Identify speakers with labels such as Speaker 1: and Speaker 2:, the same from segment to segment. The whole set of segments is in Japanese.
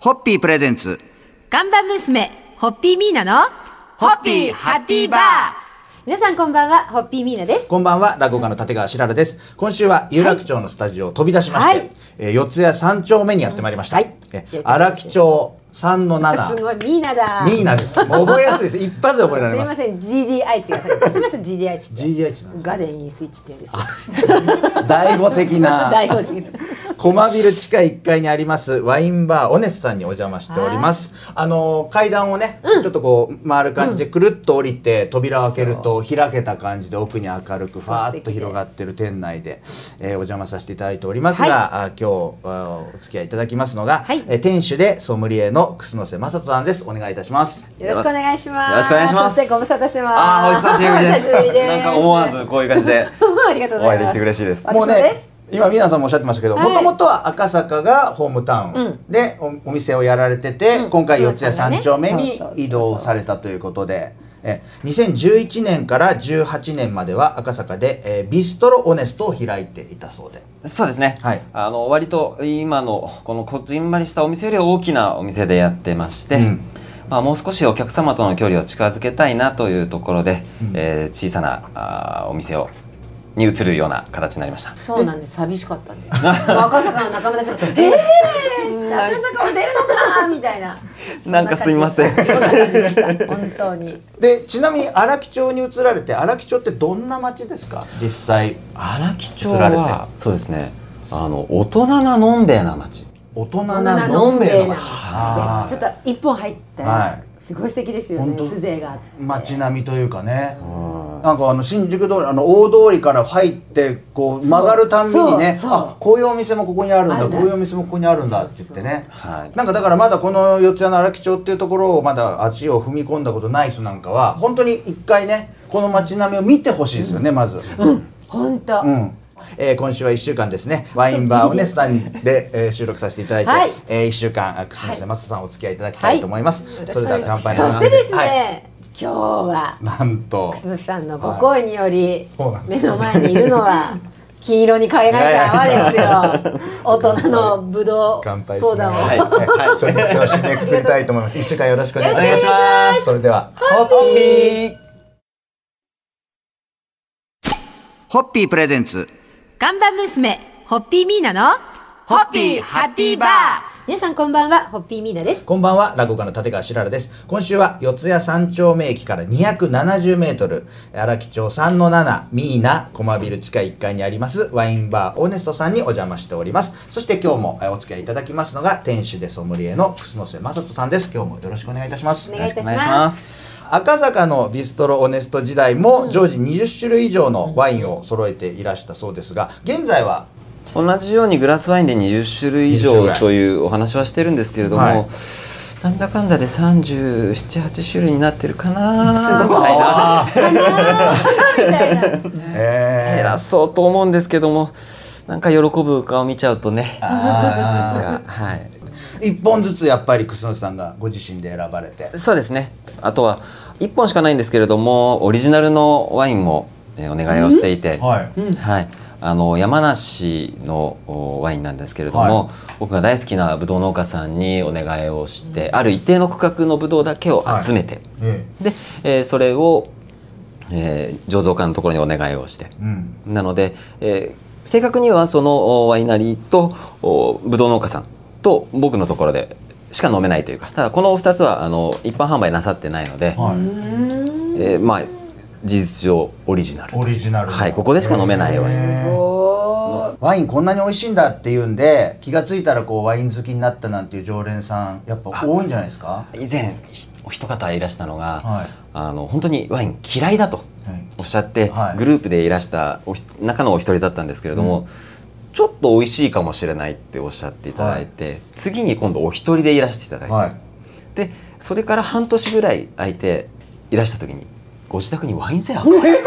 Speaker 1: ホッピープレゼンツ。
Speaker 2: ガンバ娘、ホッピーミーナの、
Speaker 1: ホッピーハッピーバー
Speaker 2: 皆さんこんばんは、ホッピーミーナです。
Speaker 3: こんばんは、落語家の立川しららです。今週は有楽町のスタジオを飛び出しまして、
Speaker 2: はい
Speaker 3: えー四谷三丁目にやってまいりました。
Speaker 2: はい
Speaker 3: えー荒木町三の
Speaker 2: す
Speaker 3: 七。
Speaker 2: ごい、ミーナだ。
Speaker 3: ミーナです。もう覚えやすいです。一発で覚えら
Speaker 2: す
Speaker 3: れ
Speaker 2: み
Speaker 3: ま。
Speaker 2: ますせん、GDI 値が高い。知ってます ?GDI 値って。
Speaker 3: GDI 値なんです
Speaker 2: ガーデンインスイッチって言うんですよ。
Speaker 3: 醍醐的 な。
Speaker 2: 大好き。
Speaker 3: 駒ビル地下1階にありますワインバーオネスさんにお邪魔しております。あの階段をね、ちょっとこう回る感じでくるっと降りて、扉を開けると開けた感じで奥に明るくファーっと広がってる店内で、えーお邪魔させていただいておりますが、あ今日あお付き合いいただきますのが、
Speaker 2: はい
Speaker 3: えー店主でソムリエの楠瀬正人さんです。お願いいたします。
Speaker 2: よろしくお願いします。
Speaker 4: よろしくお願いします
Speaker 2: そしてご無沙汰してます。
Speaker 4: ああ、お久しぶりです。
Speaker 2: お久しぶりです
Speaker 4: なんか思わずこういう感じで
Speaker 2: ありがとう
Speaker 4: お
Speaker 2: ござ
Speaker 4: 会い
Speaker 2: い
Speaker 4: で
Speaker 2: ま
Speaker 4: き
Speaker 2: す。
Speaker 4: て嬉しいです。
Speaker 2: 私もです
Speaker 3: 今皆さんもおっしゃってましたけど
Speaker 2: はい
Speaker 3: もともとは赤坂がホームタウンでおお店をやられてて、
Speaker 2: ん
Speaker 3: 今回
Speaker 2: そう
Speaker 3: 四
Speaker 2: ですよ
Speaker 3: 谷
Speaker 2: ね
Speaker 3: 三丁目に
Speaker 2: そうそうそうそう
Speaker 3: 移動されたということで。え2011年から18年までは赤坂で、えービストロオネストを開いていたそうで
Speaker 4: そうですね。
Speaker 3: はい
Speaker 4: あの割と今のこのこじんまりしたお店より大きなお店でやってまして、
Speaker 3: うん
Speaker 4: まあもう少しお客様との距離を近づけたいなというところで、えー小さなあーお店をに移るような形になりました。
Speaker 2: そうなんです。寂しかったんです。赤坂の仲間たちが、ええー、赤坂も出るのかみたいな。
Speaker 4: なんかすみません
Speaker 2: そんな感じでした。本当に。
Speaker 3: でちなみに荒木町に移られて荒木町ってどんな町ですか実際
Speaker 4: 荒木町
Speaker 3: 移られて
Speaker 4: はそうですね。あの大人なのんべえな町。
Speaker 3: 大人
Speaker 2: こんな
Speaker 3: な
Speaker 2: の
Speaker 3: の
Speaker 2: ん
Speaker 3: ん
Speaker 2: べ
Speaker 3: べ
Speaker 2: え
Speaker 3: え
Speaker 2: な
Speaker 3: の
Speaker 2: 町
Speaker 3: 町
Speaker 2: ちょっと一本入った
Speaker 3: は
Speaker 2: ら
Speaker 3: い
Speaker 2: すごい素敵ですよね、
Speaker 3: 本当
Speaker 2: 風情があって
Speaker 3: 街並みというかね、なんかあの新宿通りあの大通りから入ってこう
Speaker 2: そう
Speaker 3: 曲がるたんびにね
Speaker 2: そうそう
Speaker 3: あこういうお店もここにあるん
Speaker 2: ある
Speaker 3: だ
Speaker 2: んだ
Speaker 3: こういうお店もここにあるんだって言ってね
Speaker 4: そうそうはい
Speaker 3: なんかだからまだこの四谷の荒木町っていうところをまだ足を踏み込んだことない人なんかは本当に一回ねこの街並みを見てほしいですよね、まず。
Speaker 2: 本当、
Speaker 3: うんえー今週は1週間ですねワインバーオネスタンで、えー収録させていただいて、
Speaker 2: はい
Speaker 3: え1週間あ楠
Speaker 2: は
Speaker 3: 瀬松田さんお付き合いいただきたいと思います、それでは乾杯の話
Speaker 2: そしてですね、
Speaker 3: はい
Speaker 2: 今日は
Speaker 3: なんと
Speaker 2: 楠さんのご好意により、
Speaker 3: そうなんで
Speaker 2: 目の前にいるのは金色に輝いた泡ですよ大人のぶど
Speaker 3: 乾
Speaker 2: う
Speaker 3: 杯し
Speaker 2: ソーダを、
Speaker 3: はい、はい、初日を締めくくりたいと思います。一週間よろしくお願いします。
Speaker 2: よろしくお
Speaker 3: 願いします。それでは、ホッピー。
Speaker 1: ホッピープレゼンツ。
Speaker 2: ガンバ娘ホッピーミーナの
Speaker 1: ホッピーハッピーバー
Speaker 2: 皆さんこんばんはホッピーミーナです
Speaker 3: こんばんは、落語家の立川しららです。今週は四谷三丁目駅から270メートル、荒木町3の7、ミーナ、駒ビル地下1階にあります、ワインバーオーネストさんにお邪魔しております。そして今日もえお付き合いいただきますのが、店主でソムリエの楠瀬正人さんです。今日もよろしくお願いいたします。
Speaker 2: お願いいたします
Speaker 4: す。
Speaker 3: 赤坂のビストロオネスト時代も常時20種類以上のワインを揃えていらしたそうですが現在 は
Speaker 4: 同じようにグラスワインで20種類以
Speaker 3: 20種
Speaker 4: 上
Speaker 3: 類
Speaker 4: というお話はしてるんですけれども、
Speaker 3: はい
Speaker 4: なんだかんだで378種類になってるかなみたいな
Speaker 2: みたいな
Speaker 3: え
Speaker 4: 偉そうと思うんですけどもなんか喜ぶ顔見ちゃうとね なんかはい
Speaker 3: 1本ずつやっぱり楠さんがご自身で選ばれて
Speaker 4: そうですねあとは1本しかないんですけれどもオリジナルのワインもえーお願いをしていて、
Speaker 3: はい
Speaker 4: はい、あの山梨のおワインなんですけれども、僕が大好きなブドウ農家さんにお願いをして、ある一定の区画のブドウだけを集めて、
Speaker 3: え
Speaker 4: で、えーそれを、えー醸造家のところにお願いをして
Speaker 3: えうん
Speaker 4: なので、えー正確にはそのおワイナリーとおブドウ農家さんと僕のところでしか飲めないというかただこの2つはあの一般販売なさってないので、
Speaker 3: はい
Speaker 4: えーまあ事実上オリジナルと
Speaker 3: オリジナルの
Speaker 4: はいここでしか飲めないワイン
Speaker 3: ええ
Speaker 2: おー
Speaker 3: ワインこんなに美味しいんだっていうんで気がついたらこうワイン好きになったなんていう常連さんやっぱ多いんじゃないですかは
Speaker 4: 以前ひお一方いらしたのが、
Speaker 3: はい
Speaker 4: あの本当にワイン嫌いだと
Speaker 3: い
Speaker 4: おっしゃって、
Speaker 3: はい
Speaker 4: グループでいらしたおひ中のお一人だったんですけれども、ちょっと美味しいかもしれないっておっしゃっていただいて、次に今度お一人でいらしていただいて、
Speaker 3: はい
Speaker 4: でそれから半年ぐらい空いていらした時にご自宅にワインセラーがある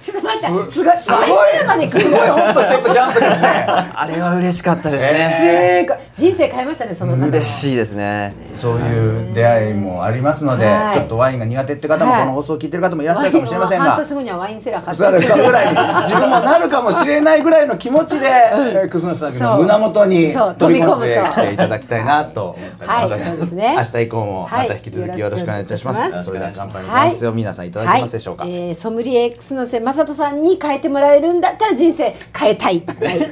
Speaker 2: ちょっと待って、すごい、
Speaker 3: すごい
Speaker 2: ワインセラーまで来る
Speaker 3: すごいホットステップジャンプですね
Speaker 4: あれは嬉しかったです
Speaker 2: す
Speaker 4: ね、
Speaker 2: ごい人生変えましたね、その方の。
Speaker 4: 嬉しいですね
Speaker 3: そういう出会いもありますので、
Speaker 2: はい
Speaker 3: ちょっとワインが苦手って方も、
Speaker 2: はい
Speaker 3: この放送を聞いてる方もいらっしゃ
Speaker 2: ワ
Speaker 3: る
Speaker 2: イン
Speaker 3: かもしれません
Speaker 2: は半
Speaker 3: が
Speaker 2: 年後にはワインセラー買って
Speaker 3: 腐るかぐらいに自分もなるかもしれないぐらいの気持 ちで、えー、クスノスさんの胸元に
Speaker 2: そう
Speaker 3: 飛び込んで
Speaker 2: 飛び込むと
Speaker 3: きていただきたいなと思っております、
Speaker 2: はいそうですね
Speaker 3: 明日以降もまた引き続
Speaker 2: はい
Speaker 3: きよろしくお願いいたします,、
Speaker 2: よろしくお願いします
Speaker 3: それでは乾杯の感想を皆さんいただけますでしょうか、
Speaker 2: はいえーソムリエ X のせ正人さんに変えてもらえるんだったら人生変えたい、はい、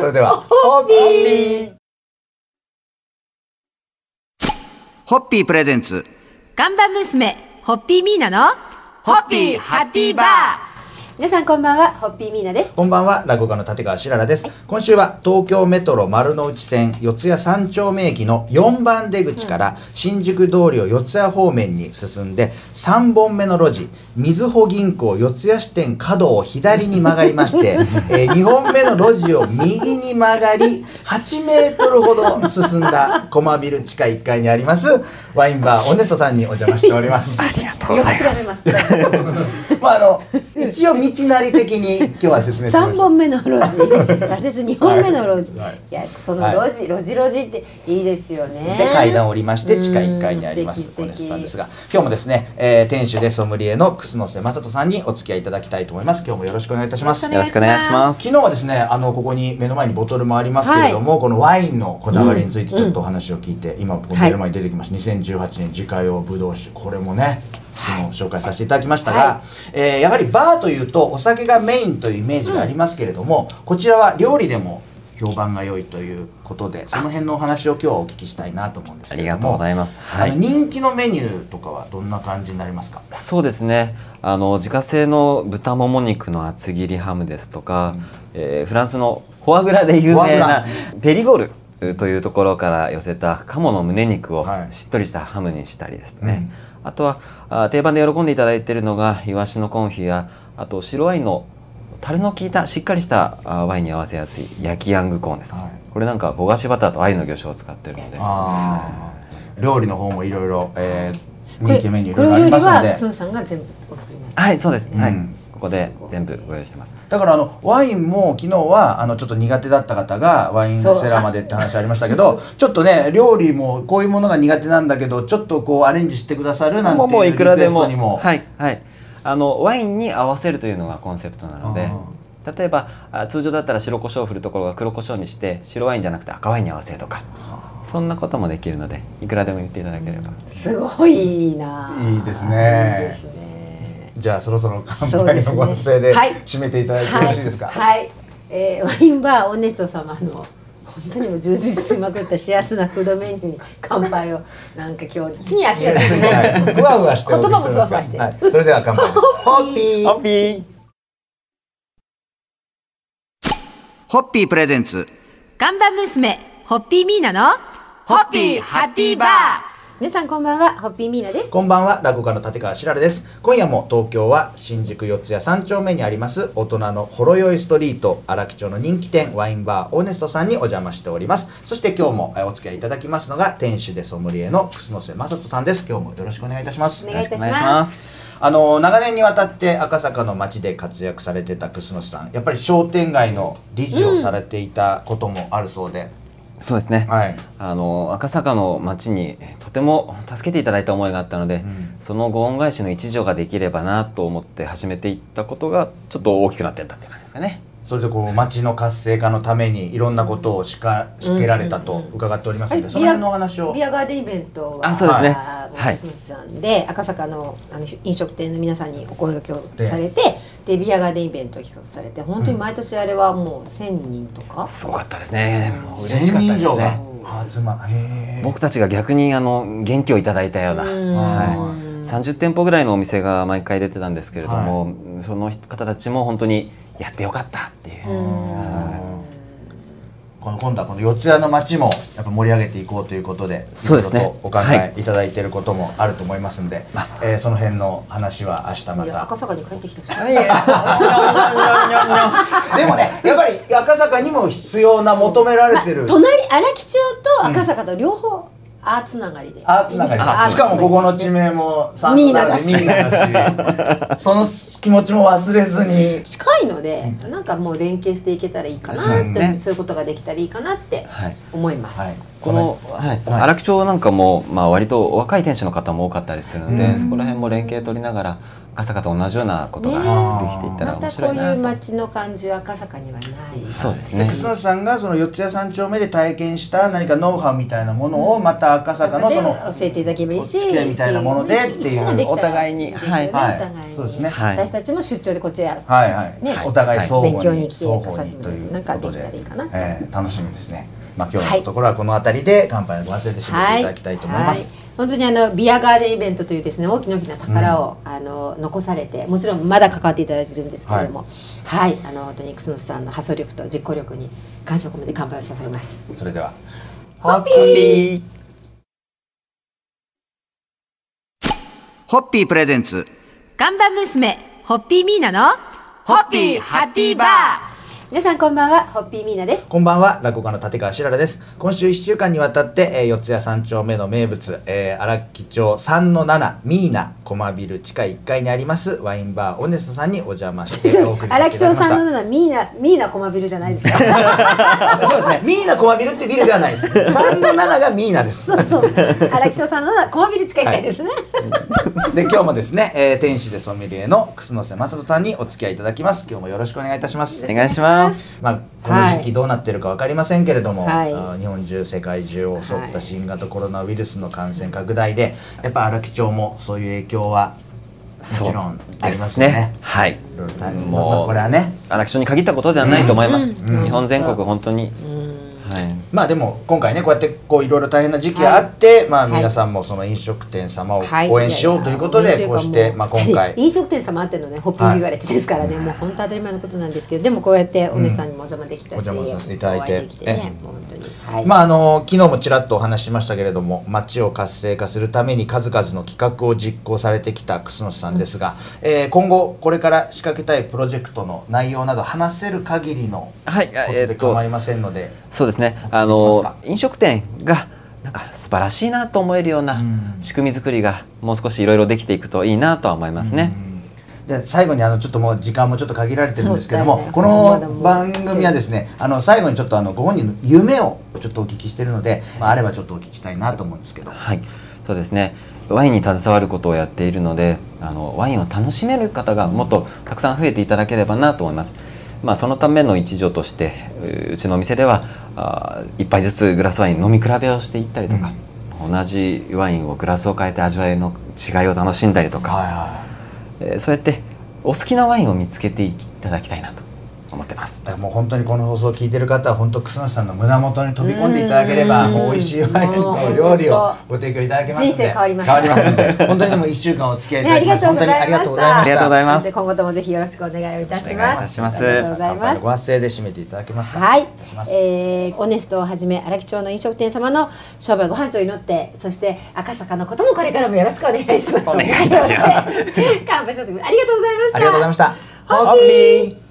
Speaker 3: それではホッピー
Speaker 1: ホッピープレゼンツ
Speaker 5: 看板娘、ホッピーミーナの、
Speaker 1: ホッピーハッピーバー
Speaker 2: 皆さんこんばんはホッピーミーナです
Speaker 3: こんばんは、落語家の立川しららです。今週は東京メトロ丸の内線四谷三丁目駅の4番出口から新宿通りを四谷方面に進んで3本目の路地、みずほ銀行四谷支店角を左に曲がりま して、え2本目の路地を右に曲がり8メートルほど進んだ駒ビル地下1階にありますワインバーオネストさんにお邪魔しており ます。
Speaker 2: よく調べました
Speaker 3: まああの、一応道なり的に今日は説明しまし
Speaker 2: 三
Speaker 3: た。
Speaker 2: 本目の路地左折二本目の路地、
Speaker 3: はいはい
Speaker 2: い、やその路地、路地路地っていいですよね
Speaker 3: で階段を降りまして地下1階にありま
Speaker 2: う
Speaker 3: す
Speaker 2: ん素敵素敵
Speaker 3: オネスさんですが今日もですね、えー店主でソムリエの楠瀬正人さんにお付き合いいただきたいと思います今日もよろしくお願いいたします
Speaker 4: よろしくお願いします
Speaker 3: 昨日はですねあのここに目の前にボトルもありますけれども、このワインのこだわりについてちょっとお話を聞いて、今この目の前に出てきました、2018年自家用ブドウ酒これもね昨日紹介させていただきましたが、
Speaker 2: は
Speaker 3: えーやはりバーというとお酒がメインというイメージがありますけれども、こちらは料理でも評判が良いということでその辺のお話を今日はお聞きしたいなと思うんですけれども
Speaker 4: ありがとうございますはい
Speaker 3: あの人気のメニューとかはどんな感じになりますか
Speaker 4: そうですねあの自家製の豚もも肉の厚切りハムですとか、えーフランスのフォアグラで有
Speaker 3: フォアグ
Speaker 4: 名
Speaker 3: ラ
Speaker 4: なペリゴールというところから寄せた鴨の胸肉を
Speaker 3: はい
Speaker 4: しっとりしたハムにしたりですね、あとはあ定番で喜んでいただいているのがイワシのコンフィやあと白ワインのタレの効いたしっかりしたあワインに合わせやすい焼きヤングコーンです、
Speaker 3: はい
Speaker 4: これなんか焦がしバターと鮎の魚醤を使ってるので
Speaker 3: あー料理の方もいろいろえー
Speaker 2: これ
Speaker 3: 人気メニューい
Speaker 2: こ
Speaker 3: ろいろあり
Speaker 2: れお料理
Speaker 3: ますの
Speaker 2: は
Speaker 3: で
Speaker 2: スンさんが全部お作りになる
Speaker 4: はいそうです、はい
Speaker 3: うん
Speaker 4: ここで全部ご用意してます
Speaker 3: だからあのワインも昨日はあのちょっと苦手だった方がワインセ
Speaker 2: そう
Speaker 3: ラーまでって話ありましたけ どちょっとね料理もこういうものが苦手なんだけどちょっとこうアレンジしてくださるなんて
Speaker 4: もうもう
Speaker 3: いう
Speaker 4: い
Speaker 3: リ
Speaker 4: く
Speaker 3: ク
Speaker 4: ら
Speaker 3: エ
Speaker 4: で
Speaker 3: ス
Speaker 4: も
Speaker 3: トにも
Speaker 4: はいはいあのワインに合わせるというのがコンセプトなので
Speaker 3: あ
Speaker 4: 例えばあ通常だったら白胡椒を振るところが黒胡椒にして白ワインじゃなくて赤ワインに合わせるとかそんなこともできるのでいくらでも言っていただければ
Speaker 2: すごいいいない
Speaker 3: いですね
Speaker 2: いいですね
Speaker 3: じゃあそろそろ乾
Speaker 2: そうで
Speaker 3: 杯
Speaker 2: す
Speaker 3: の
Speaker 2: ね
Speaker 3: ご発声で
Speaker 2: はい
Speaker 3: 締めていただいてよろしいですか
Speaker 2: はい、はいえーワインバーオネスト様の本当にもう充実しまくった幸せなフードメニューに乾杯をなんか今日地に足がつく ね
Speaker 3: ふわふわしてお送り
Speaker 2: 言葉もふわふわして
Speaker 3: ますはいそれでは乾 杯ですホッピー
Speaker 4: ホッピー
Speaker 1: ホッピープレゼンツ
Speaker 5: 看板娘、ホッピーミーナの、
Speaker 1: ホッピーハッピーバー
Speaker 2: 皆さんこんばんはホッピーミーナです
Speaker 3: こんばんは、落語家の立川しららです。今夜も東京は新宿四谷三丁目にあります大人のほろ酔いストリート荒木町の人気店ワインバーオーネストさんにお邪魔しております。そして今日もえお付き合いいただきますのが店主でソムリエの楠瀬正人さんです。今日もよろしくお願いいたします。
Speaker 2: お願いいたし
Speaker 4: お願いし
Speaker 2: ま
Speaker 4: ますす
Speaker 3: あの長年にわたって赤坂の街で活躍されてた楠瀬さん、やっぱり商店街の理事をされていたこともあるそうで、
Speaker 4: そうですね、
Speaker 3: はい。
Speaker 4: あの赤坂の町にとても助けていただいた思いがあったので、
Speaker 3: ん
Speaker 4: そのご恩返しの一助ができればなと思って始めていったことがちょっと大きくなってったって感じですかね
Speaker 3: それでこう町の活性化のためにいろんなことをしか仕掛けられたと伺っておりますので、その辺のお話を
Speaker 2: ビアガーデンイベントは
Speaker 4: あそうですね
Speaker 2: あー
Speaker 4: はい
Speaker 2: もうスムさんで赤坂のあの飲食店の皆さんにお声掛けをされてでビアガーデンイベントを企画されて本当に毎年あれはもう1000人とか、
Speaker 4: すごかったですねもう嬉
Speaker 3: 1000
Speaker 4: しか
Speaker 3: 人
Speaker 4: った
Speaker 3: 以
Speaker 4: です
Speaker 3: 上が
Speaker 4: ね
Speaker 3: 集まへえ
Speaker 4: 僕たちが逆にあの元気をいただいたような、
Speaker 2: うん
Speaker 4: はい、30店舗ぐらいのお店が毎回出てたんですけれども、その方たちも本当にやってよかったっていう、
Speaker 3: この今度はこの四谷の町もやっぱ盛り上げていこうということで
Speaker 4: そうですね
Speaker 3: いろいろとお考
Speaker 4: は
Speaker 3: えいただいていることもあると思いますんで、えーその辺の話は明日ま
Speaker 2: いや赤
Speaker 3: た。
Speaker 2: 坂に帰ってきてほしい
Speaker 3: いやいやでもねやっぱり赤坂にも必要な求められてる、
Speaker 2: まあ隣荒木町と赤坂と両方あーつながりで
Speaker 3: あつながり
Speaker 2: あ
Speaker 3: しかもここの地名もサンドダルでミーナだしその気持ちも忘れずに
Speaker 2: 近いのでなんかもう連携していけたらいいかなって、
Speaker 4: そうね
Speaker 2: そういうことができたらいいかなって
Speaker 4: はい
Speaker 2: 思います、
Speaker 3: はい
Speaker 4: この、は
Speaker 3: は
Speaker 4: い、
Speaker 3: い
Speaker 4: 荒木町なんかも、まあ、割と若い店主の方も多かったりするので、
Speaker 3: うん
Speaker 4: そこら辺も連携取りながら赤坂と同じようなこと
Speaker 2: ね
Speaker 4: ができていったら
Speaker 2: ま
Speaker 4: 面
Speaker 2: た
Speaker 4: 白
Speaker 2: こ
Speaker 4: いうな
Speaker 2: いう
Speaker 4: と、
Speaker 2: 街の感じは赤坂にはない
Speaker 4: そうですね
Speaker 3: 楠さんがその四谷三丁目で体験した何かノウハウみたいなものをまた赤坂のその
Speaker 2: 教えていただければいいし
Speaker 3: お付き合いみたいなものでっていう
Speaker 4: お互いには
Speaker 2: はいい、お
Speaker 3: はい
Speaker 2: 互いに
Speaker 3: そうですね
Speaker 4: はい
Speaker 2: 私たちも出張でこっちや、
Speaker 3: はいはい、
Speaker 2: ね
Speaker 3: お互い相互に、
Speaker 2: 勉強に来て
Speaker 3: 双方
Speaker 2: かさ
Speaker 3: に
Speaker 2: せて
Speaker 3: という
Speaker 2: なんか
Speaker 3: こと
Speaker 2: できたらいいかな
Speaker 3: えー楽しみですねまあ今日
Speaker 2: は
Speaker 3: の
Speaker 2: い
Speaker 3: ところはこの辺りで乾杯を忘れてしまっていただきたいと思います、
Speaker 2: はい本当にあのビアガーデンイベントというですね大きな大きな宝を、あの残されてもちろんまだ関わっていただいてるんですけれどもはい、あの本当に楠野さんの発想力と実行力に感謝を込めて乾杯を捧げます
Speaker 3: それではホッピー
Speaker 1: ホッピープレゼンツ
Speaker 5: ガンバ娘、ホッピーミーナの
Speaker 1: ホッピーハッピーバー
Speaker 2: 皆さんこんばんはホッピーミーナです
Speaker 3: こんばんは落語家の立川しららです今週1週間にわたって、えー四谷三丁目の名物、えー、荒木町3の7ミーナ駒ビル地下1階にありますワインバーオネストさんにお邪魔してお送りしていただきました
Speaker 2: 荒木町さんのようなミーナミーナコマビルじゃないです か
Speaker 3: そうですねミーナ駒ビルってビルではないです3の7がミーナです
Speaker 2: そうそう荒木町さんのようなコマビル近いみたいですね、
Speaker 3: で今日もですね、えー、店主でソムリエの楠瀬正人さんにお付き合いいただきます今日もよろしくお願いいたします
Speaker 4: お願いします
Speaker 3: まあ、この時期どうなってるか分かりませんけれども、
Speaker 2: はい
Speaker 3: あー日本中世界中を襲っ
Speaker 2: は
Speaker 3: た
Speaker 2: い
Speaker 3: 新型コロナウイルスの感染拡大で、やっぱ荒木町もそういう影響はも
Speaker 4: そう
Speaker 3: ちろんありますよね。
Speaker 4: はい
Speaker 3: いろいろ大変まあま
Speaker 4: も
Speaker 3: あ
Speaker 4: う
Speaker 3: これはね
Speaker 4: 荒木町に限ったことではないと思います、
Speaker 2: うんうん
Speaker 4: 日本全国本当に、はい
Speaker 3: まあでも今回ねこうやってこういろいろ大変な時期があって、まあ
Speaker 2: はい
Speaker 3: 皆さんもその飲食店様を
Speaker 2: はい
Speaker 3: 応援しようということで、
Speaker 2: やや
Speaker 3: こうしてまあ今 回
Speaker 2: 飲食店様あってのねホッピービバレッジですからね、もう本当当たり前のことなんですけどでもこうやってお姉さんにもお邪魔できたし、
Speaker 3: うんお邪魔させていただいて
Speaker 2: お会できてねもう本当に、はい
Speaker 3: まああの昨日もちらっとお話ししましたけれども街を活性化するために数々の企画を実行されてきた楠さんですが、えー今後これから仕掛けたいプロジェクトの内容など話せる限りの
Speaker 4: はい
Speaker 3: こと
Speaker 4: えー
Speaker 3: で
Speaker 4: っと
Speaker 3: 構いませんので、
Speaker 4: そうですね。
Speaker 3: 行
Speaker 4: あ
Speaker 3: き
Speaker 4: の
Speaker 3: ます
Speaker 4: 飲食店がなんか素晴らしいなと思えるような
Speaker 3: うん
Speaker 4: 仕組み作りがもう少しいろいろできていくといいなとは思いますね。
Speaker 3: じゃあ最後にあのちょっともう時間もちょっと限られてるんですけども
Speaker 2: もったいない
Speaker 3: こ
Speaker 2: まだ
Speaker 3: の
Speaker 2: もう
Speaker 3: 番組はですねあの最後にちょっとあのご本人の夢をちょっとお聞きしてるので、まあ、あればちょっとお聞きしたいなと思うんですけど。
Speaker 4: はい。そうですね。ワインに携わることをやっているので、あのワインを楽しめる方がもっとたくさん増えていただければなと思います。まあそのための一助としてううちのお店ではあー一杯ずつグラスワイン飲み比べをしていったりとか、同じワインをグラスを変えて味わいの違いを楽しんだりとか、
Speaker 3: は
Speaker 4: えーそうやってお好きなワインを見つけていただきたいなと思ってます
Speaker 3: だからもう本当にこの放送を聞いてる方は本当楠木さんの胸元に飛び込んでいただければ
Speaker 2: うん
Speaker 3: もう美味しいワインの料理をご提供いただけますので
Speaker 2: 人生変わります
Speaker 3: 変わりますので本当にでも1週間お付き合いい
Speaker 2: ね
Speaker 3: た
Speaker 2: あ
Speaker 3: だ
Speaker 2: り
Speaker 3: きまし
Speaker 2: が
Speaker 3: て
Speaker 2: とう
Speaker 3: 本当
Speaker 2: ご
Speaker 3: に
Speaker 2: ざ
Speaker 3: ありがとうございま
Speaker 4: あ
Speaker 2: いました。
Speaker 4: りがとうございます
Speaker 2: なので今後ともぜひよろしくお願いをいたし
Speaker 4: お願いいた
Speaker 2: ます。
Speaker 4: します
Speaker 2: ありがとうござい
Speaker 3: 乾
Speaker 2: ま
Speaker 3: 杯
Speaker 2: す
Speaker 3: の。ご発声で締めていただけますか
Speaker 2: はい
Speaker 3: たしま、す
Speaker 2: えー、オネストをはじめ荒木町の飲食店様の商売ご繁盛を祈ってそして赤坂のこともこれからもよろしくお願いします
Speaker 4: お願いいたします
Speaker 2: 乾杯させてありがとうございました
Speaker 3: ありがとうございました
Speaker 2: ホッピー
Speaker 3: ホッピー